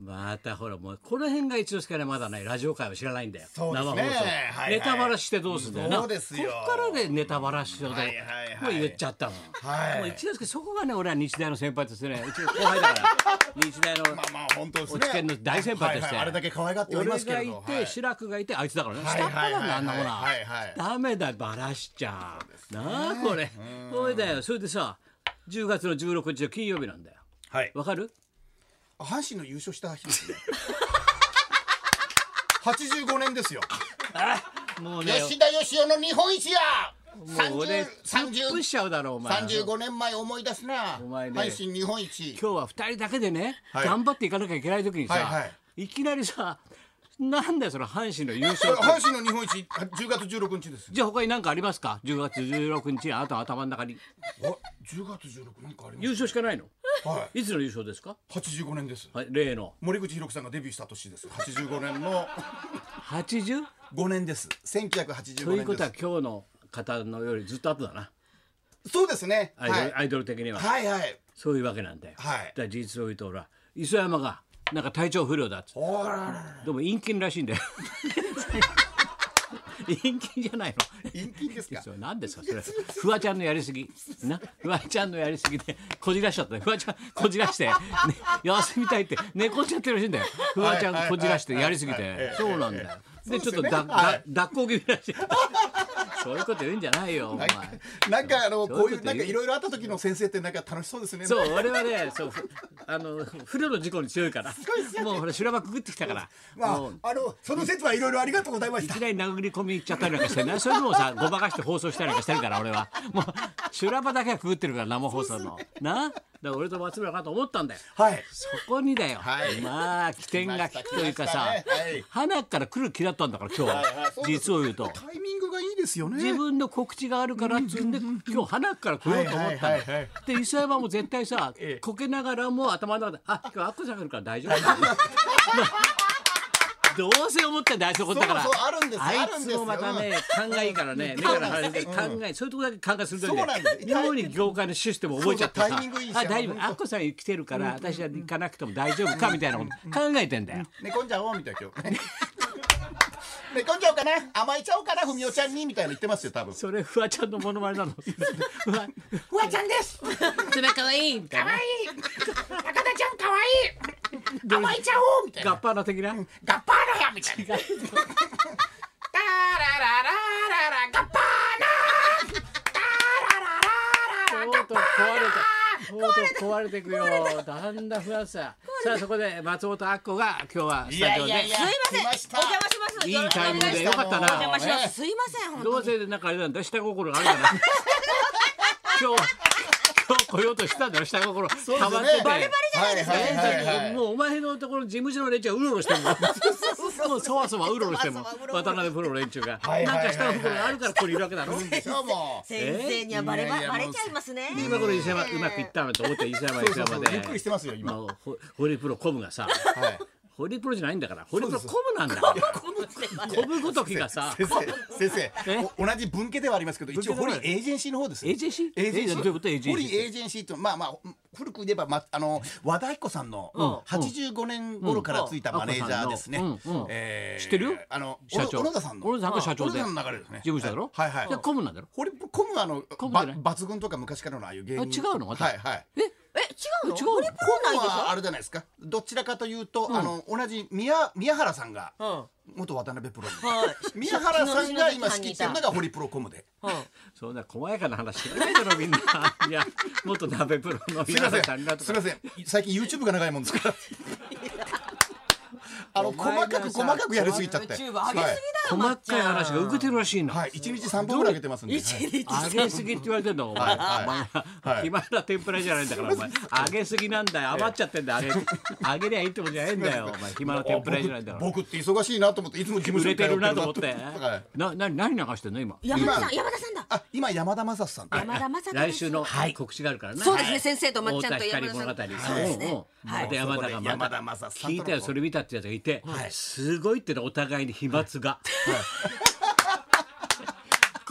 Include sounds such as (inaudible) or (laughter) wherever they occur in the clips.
またほらもうこの辺が一応しかねまだねラジオ界は知らないんだよそうで生すね放送、はいはいネタバラシしてどうすんだよなそうですよこっからでネタバラシしてもうはいはいはい言っちゃったの、はいもう一之輔そこがね俺は日大の先輩としてねうちの後輩だから (laughs) 日大のまあまあ本当ですね。落研の大先輩としてはいはいあれだけ可愛がってお俺りますけがれいど。て、はい志らくがいてあいつだからね、はい下っ端なんだあんなものははいはいはいダメだバラしちゃうなあこれそれだよそれでさ10月の16日の金曜日なんだよはい。わかる阪神の優勝した日で (laughs) すね。85年ですよ。もうね吉田義雄の日本一や。もう俺キャップしちゃうだろお前35年前思い出すな。お前ね阪神日本一。今日は2人だけでね、はい頑張っていかなきゃいけない時にさ、、はいはいきなりさなんだよその阪神の優勝って阪神の日本一10月16日ですよ。じゃあ他に何かありますか10月16日にあなたの頭の中にあ10月16なんかあり優ま勝しかないのす。はい。いつの優勝ですか、 85年です。はい、例の森口博子さんがデビューした年です。85年の 80? 5年です。1985という年こでとはす。今日の方のよりずっと後だなそうですね。アはイいドル,、アイドル的にははいはい。そういうわけなんだよ、はいだから事実を言うとほら磯山がなんか体調不良だっつっておらららでも陰菌らし (laughs) いんだよ陰菌じゃないの陰菌ですかそ。れなんですかそれフワちゃんのやりすぎなフワちゃんのやりすぎでこじらしちゃったねフワちゃんこじらして、ね、休みたいって寝込んじゃってるらしいんだよフワちゃんこじらしてやりすぎはいはいはいてはいそうなんだよでちょっとそうですよねだはだい脱行気味らしいそういうこと言うんじゃないよお前なんかあのそういうことこういうなんかいろいろあった時の先生ってなんか楽しそうですね。そう俺はねそうふあの不慮の事故に強いからもうほら修羅場くぐってきたからまもうああのその説はいろいろありがとうございましいたき。なり殴り込み行っちゃったりなんかしてねそういうのをさごまかして放送したりなんかしてるから俺はもう修羅場だけはくぐってるから生放送のなだから俺と松村かと思ったんだよはい。そこにだよ、はいまあ起点が利くというかさ、来ましたねはい花から来る気だったんだから今日は、はいはいそうです実を言うとタイミングがいいですよ自ね。分の告知があるからっつうんで今日花から来ようと思ったのはいはよいはいはいで磯山も絶対さええこけながらも頭の中で「あ今日アッコさん来るから大丈夫」 (laughs) どうせ思ってんだよあいつのことだからそうそうあるんですあいあるんつですもよまたね考えからね目から離れて考えそういうとこだけ考えするとそうなんです妙に業界の趣旨でも覚えちゃってそうさそうタイミングいいですよあ大丈夫アッコさん来てるから私は行かなくても大丈夫かみたいなこと考えてんだよ寝込んじゃおうみたいな今日。 (laughs) 寝込んじゃおうかな甘えちゃおうかなふみおちゃんにみたいな言ってますよ多分。それフワちゃんのモノマネ (laughs) なのフワふわちゃん (laughs) です。可爪可愛いみたいな愛い。赤田ちゃん可愛い。甘えちゃおうみたいガッ。パーナ的なガッパーナやみたいな。ダラララララガッパーナ。ダララララとうとう壊れた。とうとう壊れていくよ。だんだん不安さ。さあそこで松本明子が今日はスタジオで。いやすいま来ませしんたお邪魔しますいいタイミングでよよろしくかったおな。願いしますすいません本どうせなんかあれなんだ下心があるんだな。今日今日来ようとしたんだろ下心。たまってて。バレバレじゃないですか。はいはいはいもうお前のところ事務所の連中はうろうろしてるもんもうそわそわうろうろしてるもん渡辺プロの連中がはいはいなはんいか下心はいがあるからここにいるわけだろどうも。先生にはバレえバいやいやバレもうちゃいますね今頃伊勢山うまくいったなと思って伊勢山伊勢山でびっくりしてますよ今。もうほ堀プロコムがさはい。ホリプロじゃないんだから、ホリプロコムなんだ。コムごときがさ、先生先え生お同じ分家ではありますけど一応分ホ家リでエはージェンシーの方ですエージェンシーエージェンシえーどういうことエージェンシーってホリエージェンシーとまあまあ古く言えばまあの和田彦さんの85年頃からついたマネージャーですねうんうんうんえー知ってるあのお社長。小野田さんの小野田さんが社長で。小野田さんの流れですね事務所だろはいはいじゃあコムなんだろホリコムはあのムじゃばない抜群とか昔からのああいう芸あ人違うのまたはいはいえ、え違うの違うホリプロないコでムしはあれじゃないですかどちらかというと、あの同じ宮宮原さんがょ元渡辺プロの、はい宮原さんが今仕切ってるのがホリプロコムでうんそんな細やかな話しないだろ、みん (laughs) な。いや、元鍋プロのすみま皆せんさんだとすみかま。せん最近 YouTube が長いもんですから (laughs) あのお前が細かさく細かくやりすぎちゃってチューブ上げす細かい話が受けてるらしいの。はい、はい、1日3本ぐらい上げてますんで、はいぎだよ揚げすぎって言われてんだお前。お前はいはい暇な天ぷらじゃないんだから、お前。揚げすぎなんだよ。余っちゃってんだよ、揚 (laughs) げ。揚げりゃいいってことじゃないんだよ、お前。暇な天ぷらじゃないんだから。僕僕って忙しいなと思っていつも事務売所れに通てるなとと思って。はい、な、な、何流してんの今。山田さん山田さんだあ今山田雅史さんと山田正人来週の告知があるからな。そうですねはい先生とまっちゃんと太田光山物語田。さんそうですねうんうんはいまた山田がま山た田雅史さんとの聞いたよそれ見たってやつがいて、すごいってのお互いに飛沫が。 (laughs)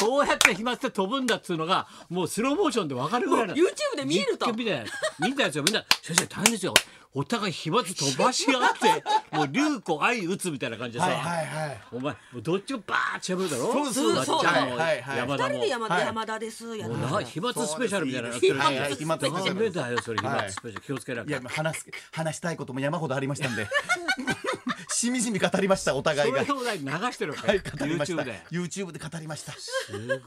こうやって飛沫って飛ぶんだっつうのがもうスローモーションでわかるぐらいなの YouTube で見えると実験みたいな見たやつをみんな「先生大変ですよお互い飛沫飛ばし合 (laughs) ってもう龍子愛打つみたいな感じでさ、はいはいはいお前もうどっちもバーッちゃぶるだろそうそうまっちゃんもはいはいはい山田二も人で山はい山田ですやっもうてまなし飛沫スペシャルみたいなのやってるはいはい飛沫スペシャルダメだよそれ飛は沫いスペシャル気をつけなきいゃや話す話したいことも山ほどありましたん (laughs) でしみじみ語りましたお互いそがれ。を流してるわけ、はい、語りました YouTube で YouTube で語りました。す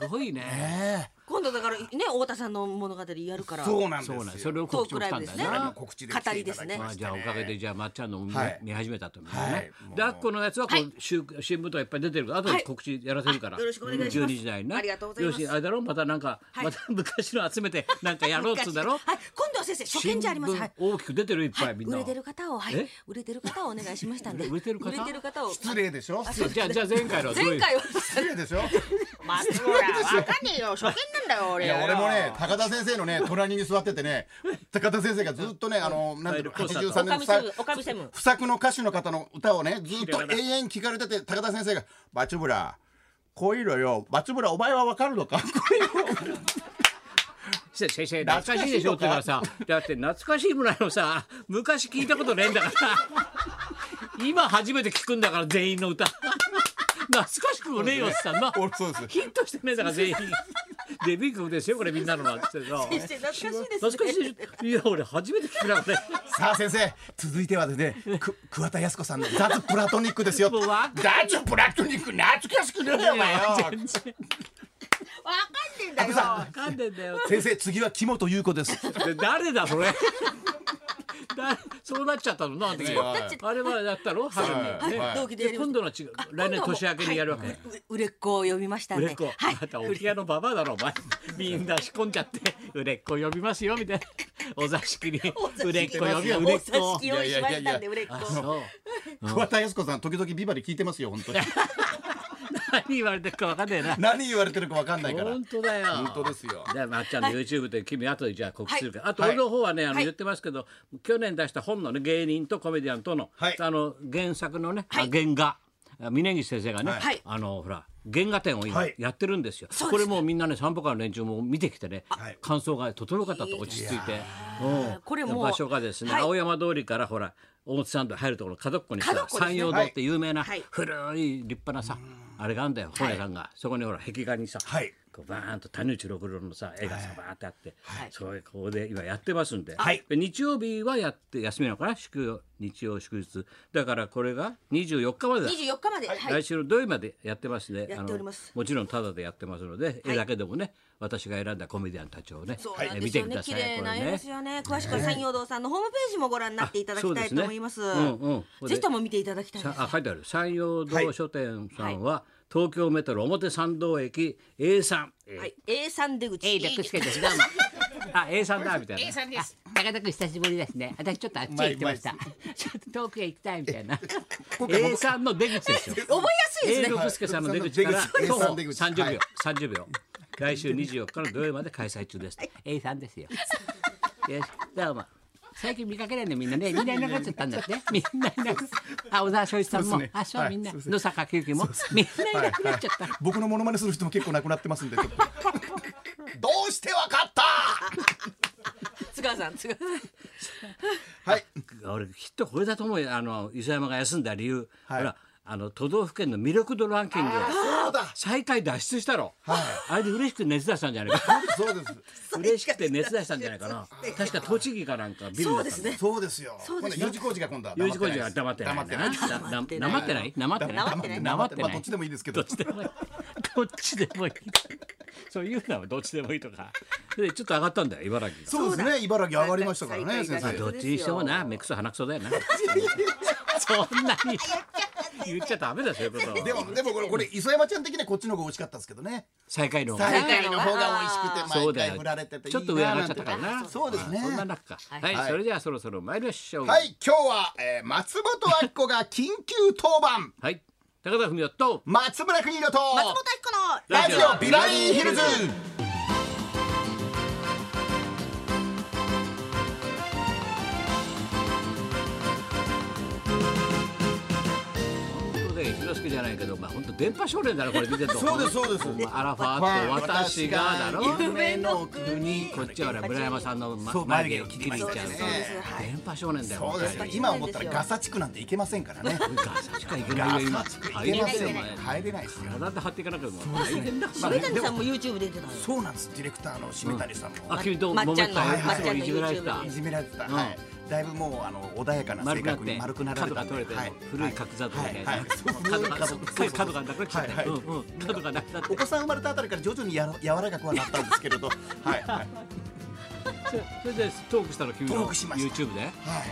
ごいねえた今度だからね太田さんの物語やるからそうなんですそよ。うなんそれを告知したんだよトークライブですねな、あの告知で来ていたまだきまあ、しじたゃあねおかげでじゃあまっちゃんのも見,、はい始めたと思うね、はいもうであっこのやつはこう、はいしゅ新聞とかいっぱい出てるからあとはでい告知やらせるから、あよろしくお願いします12時台なありがとうございますよしあれだろまたなんか、はいまた昔の集めてなんかやろうっつうんだろはい今度は先生初見じゃありますはい新聞大きく出てるいっぱい、はいみんな売れてる方をはえい売れてる方をお願いしましたんで売れてる方売れてる方を失礼でしょ。じゃあじゃあ前回のはどういう前回は失礼でしょ。松村わかんねえよ初見なんだよい俺や俺もね高田先生のね隣に座っててね高田先生がずっとねあのなんていうのはいコン八サ十ート三お年不かみセ作ブン、おかみセブン。不作の歌手の方の歌をねずっと永遠聞かれてて高田先生が「松村こういうのよ松村お前はわかるのか?」 (laughs) こういうの先生懐かしいでしょって言うからさだって懐かしいもないのさ昔聞いたことねえんだから今初めて聞くんだから全員の歌懐かしくもねえよってさな俺そうです。ヒットしてねえんだから全員デビュー曲ですよこれみんなのはってさ先生懐かしいですね懐かしいでしょいや俺初めて聞くなこれさあ先生続いてはですねく桑田靖子さんの「雑プラトニック」ですよもうわか雑プラトニック懐かしくねえよお前よ全然わかんねえんだよわかんねえんだよ先生次は木本優子ですで誰だそれだそうなっちゃったのなあの時そうなっちゃっあれはやったろ春に、はいねはい同期でやでりま今す度の違う来年年明けにやるわけ、はい売売れっ子を呼びましたん売でれっ子、はいまたお部屋のババアだろお前みんな仕込んじゃって売れっ子呼びますよみたいなお座敷 (laughs) に売れっ子呼びは売れっ子お座敷用意しましたんで売れっ子あそう桑田靖子さん時々ビバリ聞いてますよ本 (laughs) 当に何言われてるかわかんねえな何言われてるかわかんないから本当だよ本当ですよじゃあまっちゃんの YouTube で君後でじゃあ告知するから、あとはい俺の方はねあのはい言ってますけど、去年出した本のね芸人とコメディアンとの、はいあの原作のね、はあい原画あ峯岸先生がね、はいあのほら原画展を今はいやってるんですよ、そうこでれすねもうみんなね散歩会の連中も見てきてね、はい感想がとても良かったと落ち着いてうんこれもう場所がですね、はい青山通りからほら大津山道入るところ角っこに角さっこですね山陽堂って有名なはい古い立派なさ、あれがあんだよ本屋さんが、そこにほら壁画にさ、はいこうバーンと谷内六郎のさ絵がさバーってあって、はいそれここで今やってますんで,、はいで日曜日はやって休みなのかな祝曜日曜祝日だからこれが24日までだ二十四日まではい来週の土曜日までやってますねやっておりますあのもちろんタダでやってますので、い絵だけでもね私が選んだコメディアンたちをねそうなんえで見すてよくねださ綺い麗なこ絵れですよね詳しくは山陽堂さんのホームページもご覧になっていただきたいと思いますあそうですねうんうんこれでぜひとも見ていただきたいですさあ書いてある山陽堂書店さんは、東京メトロ表参道駅 A さん、はい A さん出口えい、略してです。どうも。あ A さんだみたいな A さんです。高田君久しぶりですね。私ちょっとあっちへ行ってましたう。ちょっと遠くへ行きたいみたいな。 A さんの出口ですよ覚えやすいです A ね六輔さんの出口から出口徒 A さ歩ん出口30は秒い30秒来週24日の土曜日まで開催中です。 A さんです (laughs) よ。よし、どうも。最近見かけないのみんなね、みんないなくなっちゃったんだって。みんないなく。あ、小沢昭一さんそうもですね、あ、そうはいみんな、そうですね野坂久之も、みんないなくなっちゃった。僕のモノマネする人も結構なくなってますんでちょっと (laughs) どうしてわかった津川さん津川さんはい俺きっとこれだと思うよ。あの磯山が休んだ理由。はいほらあの都道府県の魅力度ランキングそうだ最下位脱出したろ。はいあれで嬉しくて熱出したんじゃないか。 (laughs) そうです嬉しくて熱出したんじゃないかな。確か栃木かなんかビルだったんだよ。そうですよそうです今度 U 字工事が今度は有事工事が黙ってない。黙ってないですなななまってない。なまってない。黙ってないなまってまあないどっち。でもいいですけどどっちでもいい。どっちでもいい。そういうのはどっちでもいいとか。で、ちょっと上がったんだよ、茨城が。そうですね茨城上がりましたからね最先下位まあ、生どっちにしてもな、目くそ鼻くそだよな。 (laughs) そんなに。言っちゃダメだよ、そういうこと (laughs) では。もでもこれこれ磯山ちゃん的にはこっちの方が美味しかったですけどね最下位の方が最ね。下位の方が美味しくてそう毎だ回よ振られてていいなちょっと上上がっちゃったからんな。てそうですねそんな中か。はい、はいそれではそろそろ参りましょう。はい今日は、えー松本明子が緊急当番はい。高田文夫と。松村邦洋と松本明子のラジオビバリーヒルズということで、一之輔じゃないけど、まあ、本当電波少年だな、これ見てると。そうですそうですほんまアラファーって私がだろ。夢の国こっちはほら村山さんの、まそう眉毛を眉毛を切切りりにま行しっちゃう。たねはい電波少年だよ。そうですよ本今思ったらガサ地区なんていけませんからね当にガサしかいけなガいよ、今。サ地区いけません入れなよい入れないですよ体張っていかなきゃもう大変だ。まあ染谷さんも YouTube 出てたのそうなんですディレクターの締谷さんもあ、君とまっ桃ちちゃんのゃん、まっちゃんのいじめられてた YouTube い。じめられてた、はいだいぶもうあの穏やかな性格に丸くなられたん角がで取れて、は古い角砂糖みたいな、はいはいそう角がそう角角がなくなっちゃっはたいよ、はいうんうん、角がなくなってお子さん生まれたあたりから徐々にやら柔らかくはなったんですけれ (laughs) どはいはいそれそれでトークしたの君トのークしました YouTube で、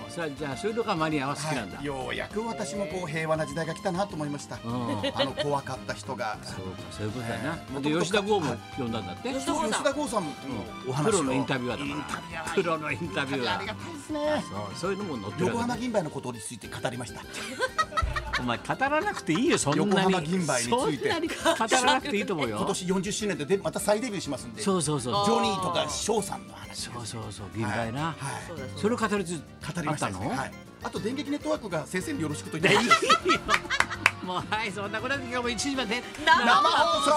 それじゃあそういうとこはマニアは好きなんだ、はいようやく私もこう平和な時代が来たなと思いましたんあの怖かった人が (laughs) そうかそういうことだな、ええで元々吉田剛も呼んだんだって、吉田そう吉田剛さんのお話をプロのインタビュアーインだタかビュアらープロのインタビュアあーりがたいですねそうそういうのも載ってる横わけ浜銀杯のことについて語りましたお前語らなくていいよそんなに横浜銀杯についてそんなに語らなくていいと思うよ今年40周年ででまた再デビューしますんでジそョうそうそうニーとか翔さんの話そうそうそう銀杯な、はいそうだそうだそれを語りつ語りましたあねったの、はい、あと電撃ネットワークが先生によろしくと言ってますもうはいそんなことで今日も1時まで生放送